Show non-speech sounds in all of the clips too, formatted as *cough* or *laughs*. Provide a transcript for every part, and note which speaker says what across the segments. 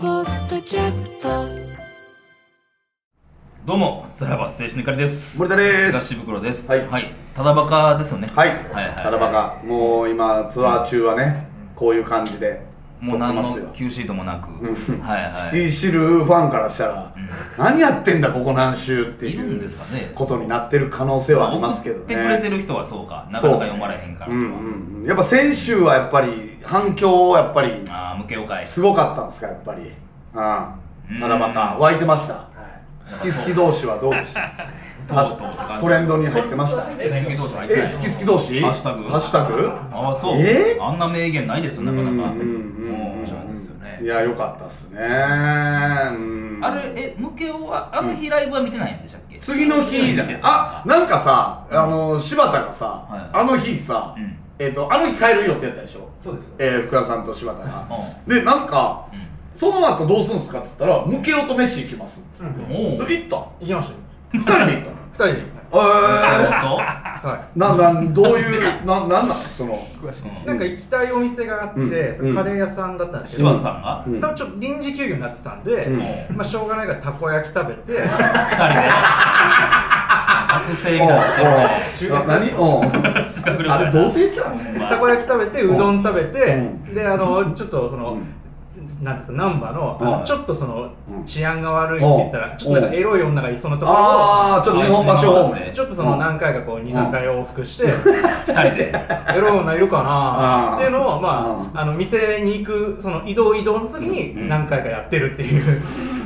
Speaker 1: ポッドキャスト
Speaker 2: どうも、さらば青春の怒りです。
Speaker 3: 森田です
Speaker 2: 東袋です。
Speaker 3: はい
Speaker 2: ただバカですよね。
Speaker 3: はい、
Speaker 2: はいはい
Speaker 3: タラバカもう今ツアー中はね、こういう感じで撮
Speaker 2: も
Speaker 3: って
Speaker 2: う何
Speaker 3: ま
Speaker 2: の
Speaker 3: すよ
Speaker 2: Q シートもなく。はい
Speaker 3: シ
Speaker 2: は
Speaker 3: テ
Speaker 2: い。
Speaker 3: ィシルファンからしたら、何やってんだここ何週 *laughs* って
Speaker 2: いる
Speaker 3: い
Speaker 2: ん
Speaker 3: う
Speaker 2: ですかね
Speaker 3: ことになってる可能性はありますけど
Speaker 2: 送って
Speaker 3: ね
Speaker 2: くれてる人はそうか。なかなか読まれへんから。
Speaker 3: うんうんやっぱ先週はやっぱり反響はやっぱり
Speaker 2: ああ、無形会。
Speaker 3: すごかったんですかやっぱりうんタラバカ湧いてました好き好き同士はどうでした
Speaker 2: *laughs* とうとうとか
Speaker 3: トレンドに入ってました
Speaker 2: え好き同士入ってない
Speaker 3: え好き好き同士
Speaker 2: ハッシュタグ
Speaker 3: ハッシュタグ
Speaker 2: ああ、そう。
Speaker 3: え
Speaker 2: あんな名言ないですよ、なかなか。もう面白いですよね。
Speaker 3: いや、良かったっすね。うん
Speaker 2: あれ、え、無形は、あの日ライブは見てないんでしたっけ
Speaker 3: 次の日じゃない。あ、なんかさ、あの、柴田がさ、
Speaker 2: はい
Speaker 3: あの日さ
Speaker 2: ん、
Speaker 3: えっと、あの日帰る予定やったでしょそうです。えー、福田さんと柴田が。で、なんか、その後どうすんすかって言ったら、ムケオと飯行きますっつって。
Speaker 2: おう
Speaker 3: 行った
Speaker 4: 行きましたよ
Speaker 3: 二人で行 *laughs* ったの。
Speaker 4: 二人で
Speaker 3: え
Speaker 2: あ
Speaker 4: は
Speaker 3: ー、な、なん、どういう、な、なんなんその、
Speaker 4: い詳しくなんか行きたいお店があって、
Speaker 3: うん
Speaker 4: そのカレー屋さんだったんですけど、
Speaker 2: 柴田さんが
Speaker 4: 多分ちょっと臨時休業になってたんで、まあ、しょうがないからたこ焼き食べて
Speaker 2: 二人で。学生みたいなのしてるね。
Speaker 3: おうおうあ何 *laughs* う
Speaker 2: *laughs*
Speaker 3: ん。
Speaker 2: 修学旅行
Speaker 3: あれ、童貞じゃ
Speaker 2: ほ
Speaker 3: ん
Speaker 2: んま
Speaker 4: たこ焼き食べてうどん食べて、
Speaker 3: うん
Speaker 4: であのちょっとその、なんですか難波のあの
Speaker 3: うん
Speaker 4: ちょっとその
Speaker 3: うん
Speaker 4: 治安が悪いって言った
Speaker 3: う
Speaker 4: ら
Speaker 3: ん
Speaker 4: ちょっとなんかエロい女がいそうなとこ
Speaker 3: あー、
Speaker 4: ろ
Speaker 3: ちょっと日本橋方
Speaker 2: あ
Speaker 3: 面
Speaker 4: を。ちょっとその何回かこう23回往復して、
Speaker 2: 二人で。
Speaker 4: エロい女いるかなっていうのを、ま
Speaker 3: うん
Speaker 4: あ、あの店に行くその移動移動の時に何回かやってるっていう、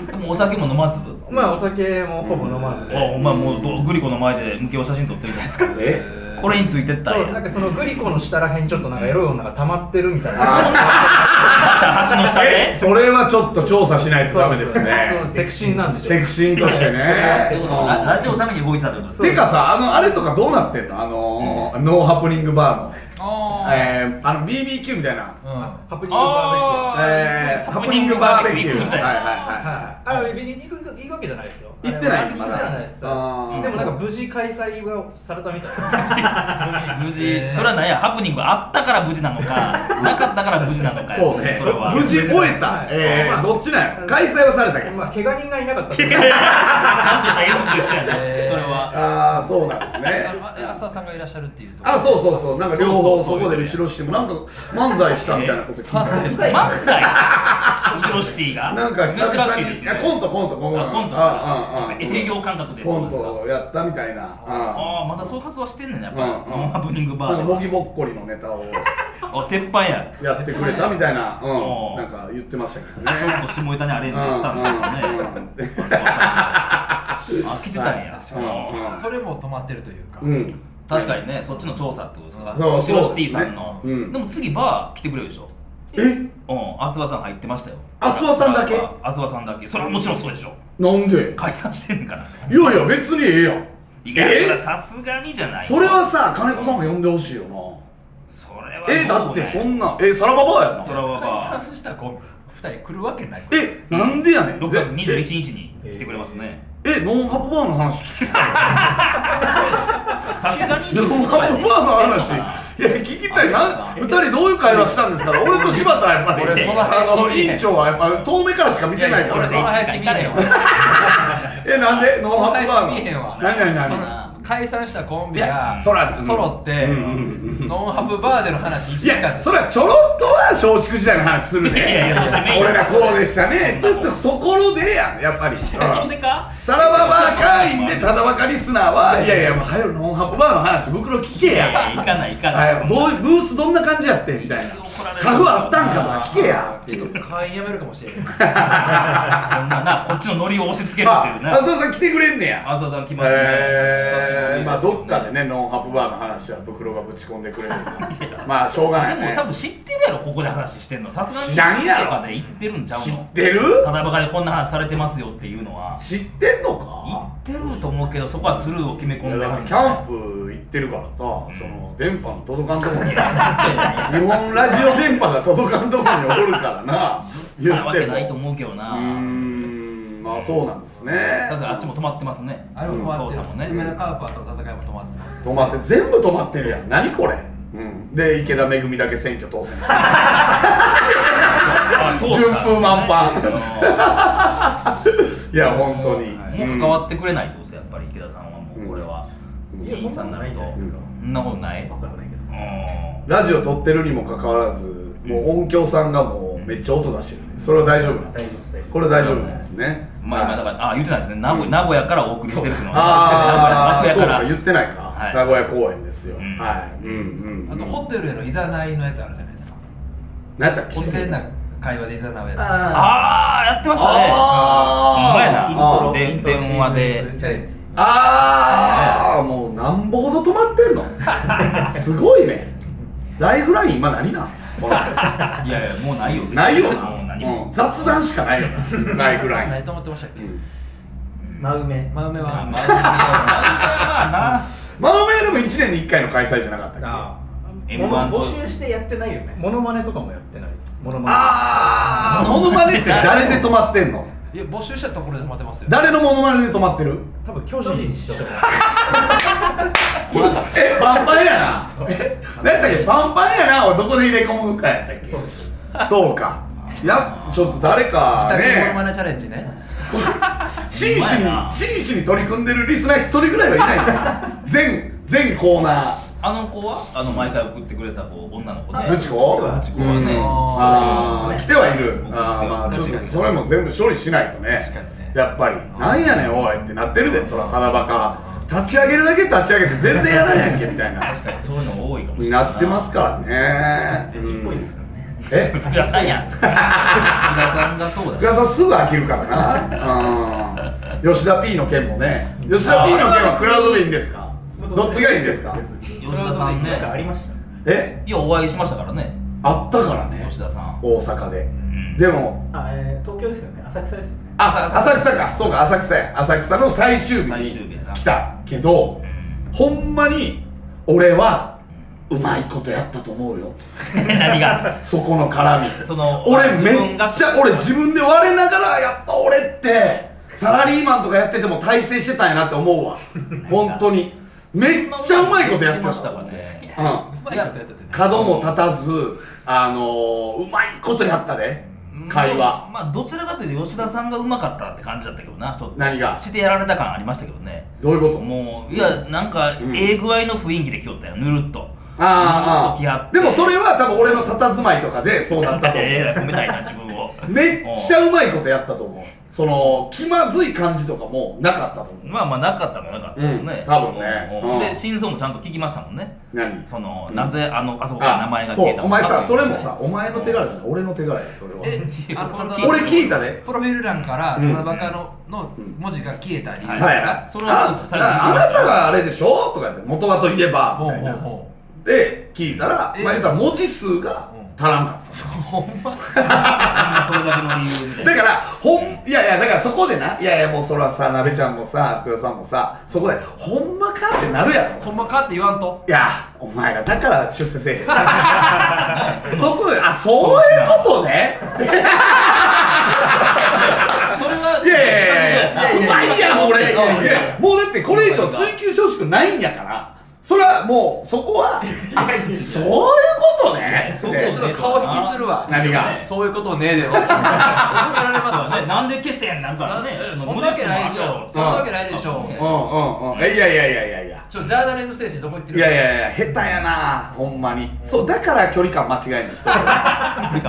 Speaker 2: でもお酒も飲まず。
Speaker 4: まあお酒もほぼ飲まずで、
Speaker 2: あお前もうどグリコの前で無形写真撮ってるじゃないですか
Speaker 3: え
Speaker 2: これについてったん
Speaker 4: そ
Speaker 2: や
Speaker 4: うな
Speaker 2: ま
Speaker 4: んかそのグリコの下らへんちょっとなんかエロい女が溜まってるみたいな
Speaker 3: あ
Speaker 2: た橋の下
Speaker 3: ー
Speaker 2: で
Speaker 3: それはちょっと調査しないとダメです
Speaker 4: そう
Speaker 3: ね。
Speaker 4: セクシーなんでしょ
Speaker 3: セクシーとして
Speaker 2: そういう
Speaker 3: ね
Speaker 2: こ。とララジオのために動いてたってことです
Speaker 3: てかさ、あの、あれとかどうなってんのあのー、ノーハプニングバーの。
Speaker 2: あ
Speaker 3: えー、あの、BBQ みたいな。
Speaker 4: ハプニングバーベキュー
Speaker 2: あ
Speaker 3: えー、
Speaker 2: ハプニングバーベキュー
Speaker 3: ハプニングバ
Speaker 2: みたいな
Speaker 3: はいはいはい。
Speaker 4: はい、あ別に行く行くわけじゃないですよ
Speaker 3: 行ってない
Speaker 4: あれは行ってはないですで
Speaker 3: まだあー
Speaker 4: もなんか無事開催がされたみたいな
Speaker 3: *laughs*
Speaker 2: ー無事それは何やハプニングがあったから無事なのかなかったから無事なのかや
Speaker 3: そうね
Speaker 2: それは。
Speaker 3: 無事終えた。え
Speaker 4: ま
Speaker 3: ー、
Speaker 4: あ
Speaker 3: どっちなんや開催はされたけど。
Speaker 4: まあ怪我人がいなかったって
Speaker 2: ちゃんとした約束でしたやんそれは
Speaker 3: あー、そうなんですね。
Speaker 5: あ浅田さんがいらっしゃるっていうところ
Speaker 3: あ、そうそうそう。なんか
Speaker 2: そ
Speaker 3: 両
Speaker 2: う
Speaker 3: 方
Speaker 2: そうそう
Speaker 3: そこで後ろしても、なんか漫才したみたいなこと聞いた。
Speaker 2: 漫才後ろシティが
Speaker 3: なんか久々
Speaker 2: 珍しい
Speaker 3: に、
Speaker 2: です
Speaker 3: い
Speaker 2: ね
Speaker 3: やコントコントコント
Speaker 2: あコント
Speaker 3: あああ
Speaker 2: ですか営業感覚でってこ
Speaker 3: コ
Speaker 2: と
Speaker 3: ン
Speaker 2: ですか
Speaker 3: トやったみたいなあ
Speaker 2: ああまたそう活動してんねんねやっ
Speaker 3: あ
Speaker 2: ぱノンハプニングバ
Speaker 3: なん
Speaker 2: ー
Speaker 3: かもぎ
Speaker 2: で
Speaker 3: ぼっこりのネタを
Speaker 2: あ鉄板や
Speaker 3: やってくれたみたいなうん
Speaker 2: ん
Speaker 3: なんか言ってましたけどね
Speaker 2: ちょっと下ネタにアレンジしたんですよね。飽きてたんや。
Speaker 5: それも止まってるというか、
Speaker 3: うんうん
Speaker 2: 確かにね、そっちの調査ってことですか。
Speaker 3: そう
Speaker 2: シロシティさんの。
Speaker 3: そうですねうん
Speaker 2: でも次バー来てくれるでしょ。
Speaker 3: え
Speaker 2: うん、アスワさん入ってましたよ。
Speaker 3: アスワさんだけ
Speaker 2: アスワさんだけ。それはもちろんそうでしょ。
Speaker 3: なんで
Speaker 2: 解散してんねんから。
Speaker 3: いやいや別にええやん
Speaker 2: いや、それは
Speaker 3: え
Speaker 2: さすがにじゃない。
Speaker 3: それは、さ金子さんも呼んでほしいよな
Speaker 2: それは、
Speaker 3: えだってそ
Speaker 2: な。
Speaker 3: んなえサラババアや
Speaker 2: そ
Speaker 3: な
Speaker 2: れは
Speaker 5: 解
Speaker 2: バー。
Speaker 5: 散したらこう2人来るわけない
Speaker 3: えなんでやねん
Speaker 2: 6月
Speaker 3: ぜ
Speaker 2: 21日に来てくれますね。
Speaker 3: えノンハプバーの話聞きたい
Speaker 2: さすがに。
Speaker 3: ノンハプバーの話いや聞きたいなん二人どういう会話したんですから俺と柴田はやっぱり
Speaker 5: 俺その話
Speaker 3: あの委員長はやっぱ遠目からしか見てないか
Speaker 5: それ
Speaker 3: ら
Speaker 5: その
Speaker 3: さ
Speaker 5: 配信見えへんわ
Speaker 3: えなんで
Speaker 5: そ
Speaker 3: ノン
Speaker 5: の
Speaker 3: ハプ
Speaker 5: 配
Speaker 3: バー
Speaker 5: 信
Speaker 3: の
Speaker 5: 見えへんわ
Speaker 3: 何何
Speaker 5: そ
Speaker 3: 何
Speaker 5: の解散したコンビが
Speaker 3: そらうん
Speaker 5: 揃って、ノンハブバーでの話
Speaker 3: い
Speaker 5: 一週間
Speaker 3: やそれはちょろっとは松竹時代の話するね
Speaker 2: いやいやそっちメイン
Speaker 3: 俺らこうでしたねととところでやんやっぱりうん
Speaker 2: なんでか
Speaker 3: さらばバー会員でただバカリスナーはいやいやもう早くノンハプバーの話袋聞け
Speaker 2: いやいや、
Speaker 3: や
Speaker 2: 行かない行かない。
Speaker 3: はいどうブースどんな感じやってみたいな
Speaker 2: お取られる
Speaker 3: タフあったんかとか聞けやって
Speaker 5: ち
Speaker 3: い
Speaker 5: ょっ
Speaker 3: う
Speaker 5: と会員やめるかもしれない。
Speaker 2: そんななこっちのノリを押し付けるっていう
Speaker 3: あ、
Speaker 2: な
Speaker 3: 浅田さん来てくれんねや。
Speaker 2: 浅田さん来ますね久しぶりですよ
Speaker 3: え
Speaker 2: ね
Speaker 3: ー、まあどっかでね、ノンハプバーの話はブクロがぶち込んでくれるからまあしょうがな
Speaker 2: で
Speaker 3: い
Speaker 2: も
Speaker 3: ね
Speaker 2: 多。分知ってるやろここで話してんのさすがに
Speaker 3: 知らんやろ
Speaker 2: とかで言ってるんちゃう
Speaker 3: 知
Speaker 2: の
Speaker 3: ってる
Speaker 2: ただばかでこんな話されてますよっていうのは
Speaker 3: 知ってんの
Speaker 2: 言
Speaker 3: か
Speaker 2: ってると思うけどそこはスルーを決め込ん
Speaker 3: い
Speaker 2: で
Speaker 3: や
Speaker 2: る
Speaker 3: だってキャンプ行ってるからさ、その電波の届かんとこに、
Speaker 2: プ
Speaker 3: 日本ラジオ電波が届かんとこにおるからな、言
Speaker 2: な
Speaker 3: っ
Speaker 2: わ
Speaker 3: て
Speaker 2: け
Speaker 3: も。
Speaker 2: ないと
Speaker 3: う
Speaker 2: 思うけどな
Speaker 3: ーん、まあそうなんですね。
Speaker 2: ただあっちも止まってますね
Speaker 5: あれも止ま
Speaker 2: 調査も
Speaker 5: って
Speaker 2: ね
Speaker 5: る。夢のカーパーとの戦いも止まってますけど。
Speaker 3: 止まって全部止まってるやん何これ、うん、で池田めぐみだけ選挙当選順風満帆いや本当に、
Speaker 2: もう関わってくれないってことですかやっぱり池田さんはもうこれは議員さんになるとそんなことないうん
Speaker 3: ラジオ撮ってるにもかかわらずもう音響さんがもうめっちゃ音出してるねそれは大丈夫なんです
Speaker 4: 大丈夫です大丈夫
Speaker 3: これ大丈夫なんですね、
Speaker 2: まあ今だからあ言ってないですね名古名古屋からお送りしてるっていうのは
Speaker 3: ああ
Speaker 2: 名古
Speaker 3: ーそう
Speaker 2: 屋か
Speaker 3: から言ってないか、
Speaker 2: はい
Speaker 3: 名古屋公演ですよ、
Speaker 2: ん
Speaker 3: はいうんうん
Speaker 5: あとホテルへのいざないのやつあるじゃないですか。
Speaker 3: 何だっけ
Speaker 5: 自然な会話でいざなうやつ。
Speaker 2: ああやってましたね
Speaker 3: あー
Speaker 2: ほんま
Speaker 3: イン
Speaker 2: や
Speaker 3: ト
Speaker 2: な
Speaker 3: ロ
Speaker 2: で電話で
Speaker 5: チャレンジ
Speaker 3: ああもうなんぼほど止まってんのすごいねライフライン今何なんこ
Speaker 2: *laughs*
Speaker 3: の人
Speaker 2: いやいやもうないよ
Speaker 3: ない
Speaker 2: も
Speaker 3: よ
Speaker 2: う
Speaker 3: な
Speaker 2: 何
Speaker 3: うん
Speaker 2: も
Speaker 3: 雑談しかないよなライフライン
Speaker 5: 何と思ってましたっけ
Speaker 4: 真梅
Speaker 5: 真梅
Speaker 2: まあ
Speaker 5: は
Speaker 2: まあ
Speaker 6: *laughs*
Speaker 2: まあ
Speaker 3: まあお前でも1年に1回の開催じゃなかったっけあ
Speaker 4: あ
Speaker 2: な M1 と
Speaker 6: してやってないよね
Speaker 4: モノマネとかもやってないモノマネ
Speaker 3: あーモノマネって誰で止まってんの
Speaker 5: いや募集したところで止まってますよ。
Speaker 3: 誰のモノマネで止まってる
Speaker 4: 多分教師にしよう
Speaker 3: えパンパンやなえ何やったっけパンパンやなをどこで入れ込むかやったっけそうかいやちょっと誰か
Speaker 5: 下着モノマ
Speaker 3: ね
Speaker 5: ネチャレンジね。
Speaker 3: 真摯
Speaker 2: うまいな
Speaker 3: に真摯に取り組んでるリスナー一人ぐらいはいないんですか全全コーナー
Speaker 2: あの子はあの毎回送ってくれた子女の子で
Speaker 3: ぶちこ
Speaker 2: ぶち子はね
Speaker 3: ああ来てはいるああまあちょっ
Speaker 5: 確か
Speaker 3: と
Speaker 5: に
Speaker 3: それも全部処理しないとね
Speaker 5: 確かにね
Speaker 3: やっぱりなんやねんおいってなってるでそらただバカ立ち上げるだけ立ち上げて全然やらないやんけみたいな
Speaker 2: 確かにそういうの多いかもし
Speaker 3: に
Speaker 2: れない
Speaker 3: なってますからねうんえ
Speaker 2: 福田さんや福田さんがそうだ
Speaker 3: 福田さんすぐ飽きるからなうん吉田 P の件もね吉田 P の件はクラウドでいいんですかどっちがいいんですか
Speaker 2: 吉田さん
Speaker 6: あり
Speaker 2: ね
Speaker 6: ました
Speaker 3: え
Speaker 2: いやお会いしましたからね
Speaker 3: あったからね
Speaker 2: 吉田さん
Speaker 3: 大阪ででも
Speaker 6: あ、えー、東京ですよね浅草ですよね
Speaker 3: あ、浅草か、そうか、浅草や、浅草の最終日
Speaker 2: 最終日
Speaker 3: に
Speaker 2: やな *laughs*
Speaker 3: 来たけど、ほんまに俺はうまいことやったと思うよ、
Speaker 2: 何が
Speaker 3: そこの絡み。
Speaker 2: その
Speaker 3: 俺
Speaker 2: 自
Speaker 3: め
Speaker 2: 分
Speaker 3: っ
Speaker 2: が
Speaker 3: ちゃ、俺自分で我ながら、やっぱ俺って、サラリーマンとかやってても大成してたん *laughs* やなって思うわ、本当に。めっちゃうまいことやって
Speaker 2: ま
Speaker 3: ま
Speaker 2: し
Speaker 3: したた。
Speaker 2: か
Speaker 3: うん
Speaker 2: ね
Speaker 5: まあやってやっててね。
Speaker 3: 角も立たず、あのー、うまいことやったで、会話。
Speaker 2: まあどちらかというと吉田さんがうまかったって感じだったけどなちょっと
Speaker 3: 何が
Speaker 2: してやられた感ありましたけどね
Speaker 3: どういうこと
Speaker 2: もういやなんか
Speaker 3: うん
Speaker 2: ええ具合の雰囲気で来よったよぬるっとぬるっと
Speaker 3: あ
Speaker 2: 来は
Speaker 3: あ
Speaker 2: っ、て
Speaker 3: でもそれは多分俺の佇まいとかでそうな
Speaker 2: な
Speaker 3: っ
Speaker 2: んか
Speaker 3: たと
Speaker 2: でえ
Speaker 3: 思
Speaker 2: らい褒めたいな自分を
Speaker 3: う。めっちゃうまいことやったと思う。その、気まずい感じとかもなかったと思う。
Speaker 2: まあまあなかったもなかったですね、
Speaker 3: うん多分ね
Speaker 2: うん
Speaker 3: うん
Speaker 2: で真相もちゃんと聞きましたもんね
Speaker 3: 何
Speaker 2: その、
Speaker 3: うん
Speaker 2: なぜあのあそこから名前が消えた
Speaker 3: そう、お
Speaker 2: のか
Speaker 3: 前さ、
Speaker 2: ってい
Speaker 3: そうれ
Speaker 2: の
Speaker 3: もさ、お前の手柄じゃない、俺の手柄や、それは。
Speaker 5: えあ
Speaker 3: *laughs*
Speaker 5: の
Speaker 3: 俺聞いたね。
Speaker 5: プロフィール欄から
Speaker 3: うん
Speaker 5: ただバカのの文字が消えたり。
Speaker 2: は
Speaker 3: はいはい。
Speaker 2: それは
Speaker 3: あ
Speaker 2: 最後に
Speaker 3: あ
Speaker 2: 言いまし
Speaker 3: な
Speaker 2: た
Speaker 3: たがあれでしょとかって、元はといえば、み
Speaker 5: ほう
Speaker 3: たい
Speaker 5: ほう
Speaker 3: な。
Speaker 5: ほう。
Speaker 3: で、聞いたら、
Speaker 5: え
Speaker 3: まあ言ったら文字数が足らんかった。
Speaker 2: あんまそれだけの理由
Speaker 3: *laughs*
Speaker 2: みたいな
Speaker 3: だから、ほん、いやいや、だからそこでな、いやいや、もうそらさ、なべちゃんもさ、福田さんもさ、そこで、ほんまかってなるやろ。
Speaker 5: ほんまかって言わんと。
Speaker 3: いや、お前らだから出世せえ *laughs* へん。そこで、あ、そういうことね。
Speaker 2: それはい
Speaker 3: やいやいや、うまいやん、俺。いやい
Speaker 5: や
Speaker 3: やもうだってこれ以上追求してほしくないんやから。それはもう、そこ *laughs* は、あ、そういうことね。
Speaker 2: そう
Speaker 3: で
Speaker 5: ちょっと顔引きずるわ。
Speaker 3: 何が
Speaker 5: そういうことねえ
Speaker 3: *laughs*
Speaker 5: で。お恐れられます
Speaker 2: ね、なんで消してんなんかね
Speaker 5: ね。
Speaker 2: の
Speaker 5: そんなわけないでし
Speaker 2: 文
Speaker 5: ょ。
Speaker 2: 字数
Speaker 5: そんなわけないでしょ。
Speaker 3: うんうんうん。いやいやいやいやいや。
Speaker 5: ちょジャーナリング精神どこ行って
Speaker 3: い
Speaker 5: る。
Speaker 3: やいやいや、下手やな、ほんまに。そう、だから距離感間違えない *laughs* 人。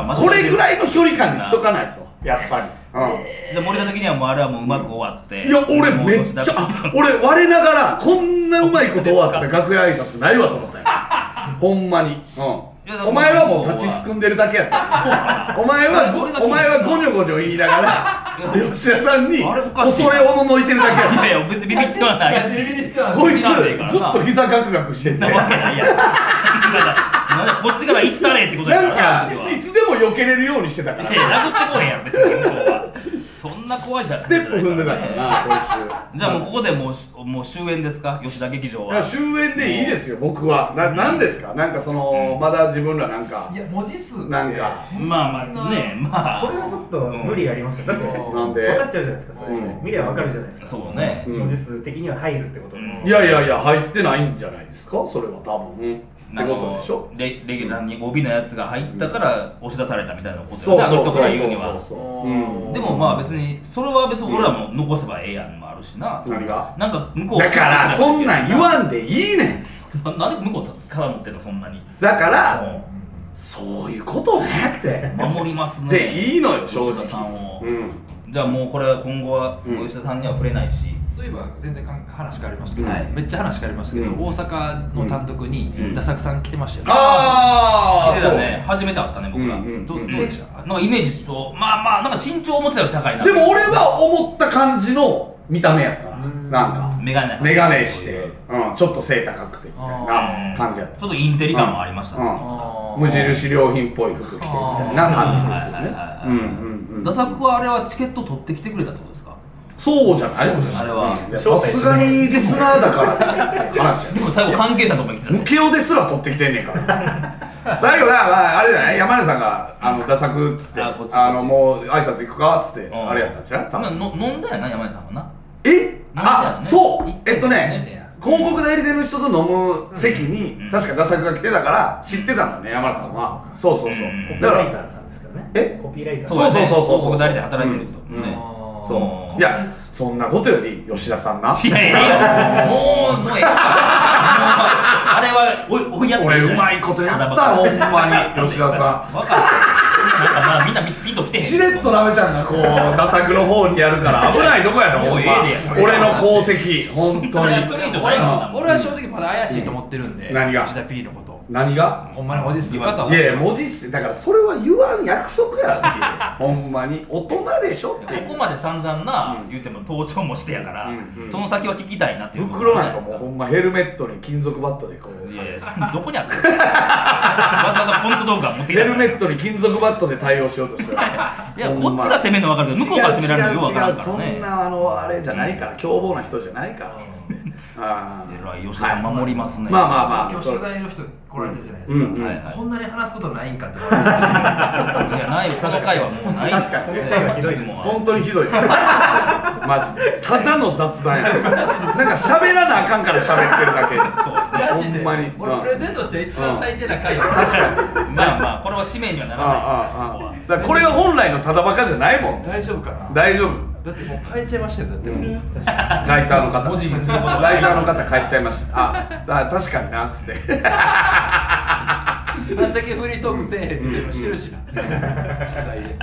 Speaker 2: もある
Speaker 3: これぐら
Speaker 2: い
Speaker 3: いの距離感にしとかないと。やっぱり。うん。
Speaker 2: じゃあ森田的にはもうあれはもううまく終わって
Speaker 3: いや、俺めっちゃ、あ俺我な *laughs* がら、こんなうまいこと終わった楽屋挨拶ないわと思ったよ。ほんまに。うん。
Speaker 2: いやだから
Speaker 3: お前はもう立ちすくんでるだけやったお前
Speaker 2: 俺が
Speaker 3: は
Speaker 2: 聞い
Speaker 3: ご
Speaker 2: た
Speaker 3: お前はゴニョゴニョ言いながら
Speaker 2: *laughs* いや
Speaker 3: 吉田さんに
Speaker 2: あれおかしい
Speaker 3: 恐れおののいてるだけや
Speaker 2: *laughs* い
Speaker 3: っ
Speaker 2: やいや別にビビってはない
Speaker 6: や、尻ビリ必要な
Speaker 3: た
Speaker 6: ん
Speaker 3: こい
Speaker 2: ビビらんでええから
Speaker 3: つ
Speaker 2: な
Speaker 3: ずっと膝ガクガクしてて
Speaker 2: なわけないやんなんだこっちから行ったれってことや
Speaker 3: なん
Speaker 2: から
Speaker 3: か
Speaker 2: な俺はい
Speaker 3: つでも避けれるようにしてたから
Speaker 2: いや殴ってこいやん別に向こうはそんな怖いだ
Speaker 3: ステップ踏んでたからなこいつ
Speaker 2: じゃあもうここでもうもう終焉ですか吉田劇場
Speaker 3: いや
Speaker 2: は
Speaker 3: 終焉でいいですよ僕はななんですかなんかそのまだ自分らなんか
Speaker 5: いや、文字数って
Speaker 3: なんか
Speaker 2: まあまあねまあ
Speaker 6: それはちょっと無理ありますよ。だって、分
Speaker 3: なんで
Speaker 6: かっちゃうじゃないですか、それ
Speaker 3: うん
Speaker 6: 見りゃ分かるじゃないですか。
Speaker 2: そうね
Speaker 3: うん
Speaker 6: 文字数的には入るってことも
Speaker 3: いやいやいや入ってないんじゃないですかそれは多分って
Speaker 2: なんか
Speaker 3: ことでしょ
Speaker 2: レレギュラーに帯のやつが入ったから押し出されたみたいなこと
Speaker 3: そう
Speaker 2: よねあ
Speaker 3: そ
Speaker 2: の
Speaker 3: うそ
Speaker 2: 人
Speaker 3: う
Speaker 2: から言うに
Speaker 3: そう
Speaker 2: は
Speaker 3: そう
Speaker 5: うん
Speaker 2: でもまあ別にそれは別に俺らも残せばええやんもあるしな
Speaker 3: 何が
Speaker 2: なんか向こう
Speaker 3: だからそんなん言わんでいいねん
Speaker 2: ななんで向こうから持ってんのそんなに
Speaker 3: だから
Speaker 2: も
Speaker 3: そういうことねって
Speaker 2: う守りますね
Speaker 3: でいいのよ正
Speaker 2: 吉
Speaker 3: 直
Speaker 2: 田さんを
Speaker 3: うん
Speaker 2: じゃあもうこれは今後は
Speaker 3: うん
Speaker 2: 吉田さんには触れないし
Speaker 5: そういえば全然かん話変わりますけど、
Speaker 3: はい
Speaker 5: めっちゃ話変わりますけど、
Speaker 3: うん
Speaker 5: 大阪の単独に
Speaker 3: うん
Speaker 5: ダサクさん来てましたよね、
Speaker 3: ああ
Speaker 2: で
Speaker 3: そう
Speaker 2: だね初めて会ったね僕ら
Speaker 3: うんうん
Speaker 5: どうどうでした、
Speaker 2: なんかイメージとまあまあなんか身長思ってたより高いな
Speaker 3: でも俺は思った感じの見た目やからなんか
Speaker 2: メガネ
Speaker 3: メガネして、うん、ちょっと背高くてみたいな感じやっ
Speaker 2: ち
Speaker 3: た
Speaker 2: ょっとインテリ感もありましたね
Speaker 3: うん
Speaker 5: あー
Speaker 3: 無印良品っぽい服着てみたいな感じですよね
Speaker 2: あー
Speaker 3: うんうんうん
Speaker 2: ダサクはあれはチケット取ってきてくれたってことですか
Speaker 3: そうじゃない
Speaker 2: あれはい
Speaker 3: やさすがにリスナーだからって話や
Speaker 2: でも最後関係者のとこに来てた
Speaker 3: ムケオですら取ってきてんねんから
Speaker 2: *laughs*
Speaker 3: 最後だ、まあ、あれじゃない山根さんが「あのダサく」っつって「
Speaker 2: あこっち
Speaker 3: あのもう挨拶行くか」っつって、
Speaker 2: うん
Speaker 3: あれやったんじゃない多
Speaker 2: な
Speaker 3: 分
Speaker 2: の飲んだよな山根さんもな
Speaker 3: え
Speaker 2: なんだよね
Speaker 3: あそう
Speaker 5: 行って
Speaker 3: えっと
Speaker 5: 飲んで
Speaker 3: ね
Speaker 5: や
Speaker 3: 広告代理店の人と飲む席に、
Speaker 2: うん
Speaker 3: 確かダサくが来てたから知ってたんだよね山根さんはそうそうそう、
Speaker 2: うん
Speaker 3: だ
Speaker 6: コ
Speaker 3: か
Speaker 6: ピーライタ
Speaker 3: ら
Speaker 6: ーさんですからね。
Speaker 3: え
Speaker 6: コピーライター
Speaker 3: そ
Speaker 6: さ
Speaker 3: うん
Speaker 2: だよね
Speaker 3: そうそうそう
Speaker 2: 広告代理で働いてるってこと
Speaker 3: うん
Speaker 2: ね
Speaker 5: あー
Speaker 3: そういやそんなことより吉田さんない
Speaker 2: やいやいやもうもうええわもうあれはおおやって
Speaker 3: 俺
Speaker 2: る
Speaker 3: うまいことやったほんまに吉田さん
Speaker 2: 分かったなんかまあみんなビビンと来てへん
Speaker 3: しれっとなべちゃんがこう、ダサくの方にやるから危ないとこやろ、ほんま
Speaker 2: もうええでや。
Speaker 3: 俺の功績、本当に。
Speaker 2: それ以上ない
Speaker 5: 俺
Speaker 2: もんな
Speaker 5: は俺は正直まだ怪しいと思ってるんで、
Speaker 3: うん何が
Speaker 5: 吉田 P のこと
Speaker 3: 何が
Speaker 5: ほんまに文字数かとはい思って
Speaker 3: やいや、文字数、だからそれは言わん約束やろ。ほんまに、大人でしょってい
Speaker 2: ここ
Speaker 3: う。
Speaker 2: まで散々な、
Speaker 3: うん
Speaker 2: 言うても盗聴もしてやから、
Speaker 3: うんうん
Speaker 2: その先は聞きたいなっていうこと
Speaker 3: 袋なんかもう
Speaker 2: じゃ
Speaker 3: ほ
Speaker 2: い
Speaker 3: んまヘルメットに金属バットでこう。
Speaker 2: ですかいやいやそどこにあったんですかわざわざコント動画持って
Speaker 3: ヘ
Speaker 2: きた
Speaker 3: ルメットに金属バットで対応しようとしてる。
Speaker 2: *laughs* いやこっちが攻めるの分かるけど向こうから攻められるのよく分からんから
Speaker 3: 違う違うそん
Speaker 2: ね
Speaker 3: なあのあれじゃないから、凶暴な人じゃないからっつってあー
Speaker 2: えらい吉田さん守りますね、
Speaker 3: まあまあまあ
Speaker 5: 今日
Speaker 2: *laughs*
Speaker 5: 取材の人来られてるじゃないですか、
Speaker 3: うんうん
Speaker 5: はいこんなに話すことないんかって言われてる
Speaker 2: いやないよこの回はもうないですよ
Speaker 3: 確かに
Speaker 6: 今回はひどいです
Speaker 2: いつもは
Speaker 3: 本当にひどいですマジでただの雑談やなんか喋らなあかんから喋ってるだけ
Speaker 2: *laughs* そうね
Speaker 5: マジで
Speaker 3: ほんまに
Speaker 5: *laughs* 俺プレゼントして一番最低な回やった、
Speaker 2: まあまあこれは使命にはなら
Speaker 3: あああ
Speaker 2: ない
Speaker 3: あ
Speaker 2: ですよ
Speaker 3: だからこれが本来のただバカじゃないもん
Speaker 5: *laughs* 大丈夫かな
Speaker 3: 大丈夫
Speaker 5: だってもう変えちゃいましたよだってもう、
Speaker 3: うんライターの方
Speaker 2: 文字にすることは
Speaker 3: ライターの方帰っちゃいましたああ確かになっつって
Speaker 5: あんだけフリートークせえへんっていうのしてるしな、取材で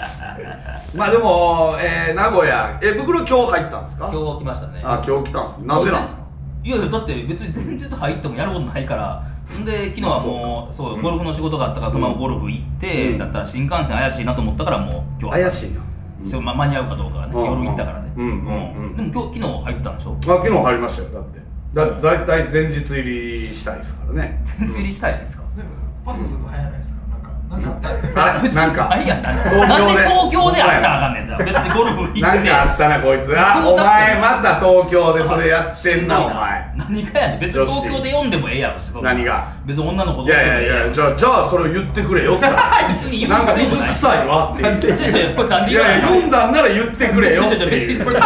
Speaker 3: まあでも、えー、名古屋え袋今日入ったんですか
Speaker 2: 今日来ましたね
Speaker 3: あ今日来たんですなんでなんですか
Speaker 2: いやいやだって別に前日入ってもやることないからんで昨日はもうそうゴルフの仕事があったからそのままゴルフ行って、
Speaker 3: うん
Speaker 2: だったら新幹線怪しいなと思ったからもう今日
Speaker 3: 怪
Speaker 2: は
Speaker 3: しいな
Speaker 2: そうま間に合うかどうかがね
Speaker 3: うん
Speaker 2: 夜行ったからね
Speaker 3: うんうんうん
Speaker 2: でも今日昨日入ったんでしょ
Speaker 3: あ昨日入りましたよだってだだいたい前日入りしたいですからね
Speaker 2: 全然入りしたいですか
Speaker 5: なんかパスするの早ないですかなんかなんかあった
Speaker 3: あれなんか
Speaker 2: あいやなんで
Speaker 3: 東京で
Speaker 2: 東京であったらあかんねんだ別にゴルフ行って
Speaker 3: なんかあったなこいつあお前また東京でそれやってんなお前
Speaker 2: 何がやねん別に東京で読んでもええやろしそんな
Speaker 3: 何が
Speaker 2: 別に女の子どう
Speaker 3: い
Speaker 2: でもえ
Speaker 3: やい
Speaker 2: えや
Speaker 3: やい
Speaker 2: ろ
Speaker 3: やじゃあじゃあそれを言ってくれよって
Speaker 2: 別に言う
Speaker 3: なんか
Speaker 2: 必要
Speaker 3: 水
Speaker 2: ない
Speaker 3: 臭いわっていう
Speaker 2: ちょちょこれ何
Speaker 3: い
Speaker 2: 言わな
Speaker 3: や
Speaker 2: い
Speaker 3: いや読んだんなら言ってくれよっ
Speaker 2: ちょち
Speaker 3: て
Speaker 2: ょちょ別
Speaker 3: い
Speaker 2: に
Speaker 3: う
Speaker 2: これね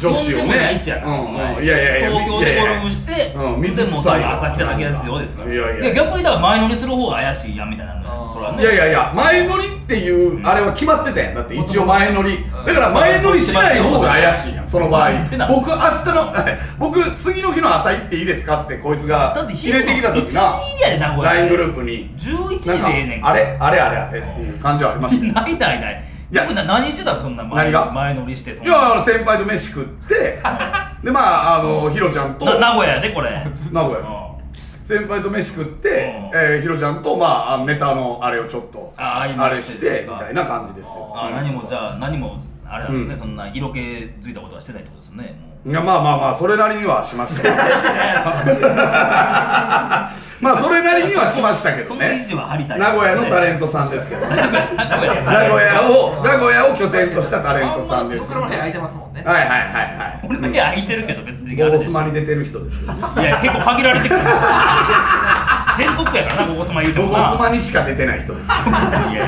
Speaker 3: 女子をね
Speaker 2: 飲んでもないしやな
Speaker 3: うんうんいやいやいや
Speaker 2: 東京でゴルフして
Speaker 3: うん水
Speaker 2: でも
Speaker 3: 臭いわ
Speaker 2: さ朝来ただけですよですから
Speaker 3: いやいや
Speaker 2: 逆にだから前乗りする方が怪しいやんみたいなのね
Speaker 5: あー
Speaker 2: それはね
Speaker 3: いやいやいや前乗りっていうあれは決まってたやんだって一応前乗りだから前乗りしない方が怪しいやんその場合
Speaker 2: なんでなん
Speaker 3: *laughs* 僕明日の *laughs* 僕次の日の朝行っていいですかってこいつが
Speaker 2: だって
Speaker 3: 入れてきた時な
Speaker 2: 1時やで名古屋
Speaker 3: LINE グループに
Speaker 2: 11時で
Speaker 3: なんか
Speaker 2: ええねん
Speaker 3: あれあれあれあれっていう感じはありましたよ
Speaker 2: *laughs* ないないない
Speaker 3: いや
Speaker 2: 逆にな何してたのそんな前
Speaker 3: 何が
Speaker 2: 前乗りしてそん
Speaker 3: い
Speaker 2: な
Speaker 3: やあの先輩と
Speaker 2: *laughs*
Speaker 3: 飯食ってでまああのヒロちゃんと
Speaker 2: な名古屋やでこれ
Speaker 3: 名古屋
Speaker 2: うん
Speaker 3: 先輩と飯食って、
Speaker 2: うん
Speaker 3: えーひろちゃんと、まああ、ネタのあれをちょっと
Speaker 2: あー今
Speaker 3: あれして
Speaker 2: です
Speaker 3: み
Speaker 2: か
Speaker 3: たいな感じですよ
Speaker 2: あ何もじゃあ何もあれなんですね、
Speaker 3: うん
Speaker 2: そんな色気づいたことはしてないってことですよねもう
Speaker 3: いやまあまあまあそれなりにはしましたよまあそれなりにはしましたけど
Speaker 2: その意
Speaker 3: ね
Speaker 2: 地は張りたい
Speaker 3: 名古屋のタレ
Speaker 2: ン
Speaker 3: ントさんですけどね
Speaker 2: 名古屋
Speaker 3: 名古屋を名古屋を拠点としたタレントさんですけ
Speaker 5: 袋
Speaker 3: ど
Speaker 5: の
Speaker 3: ね
Speaker 5: 部屋空いてますもんね。
Speaker 3: はいはいはいはい
Speaker 2: *laughs* 俺の部屋空いてるけど別に
Speaker 3: ゴ
Speaker 2: あれ
Speaker 3: ー
Speaker 2: でし
Speaker 3: ス
Speaker 2: ょ
Speaker 3: マに出てる人ですけど、ね、
Speaker 2: いや結構限られてくるんですよ全国やからな「ゴゴスマ」言うて
Speaker 3: ゴ
Speaker 2: も
Speaker 3: ゴ
Speaker 2: な
Speaker 3: スマにしか出てない人ですけどま
Speaker 2: いやいやいや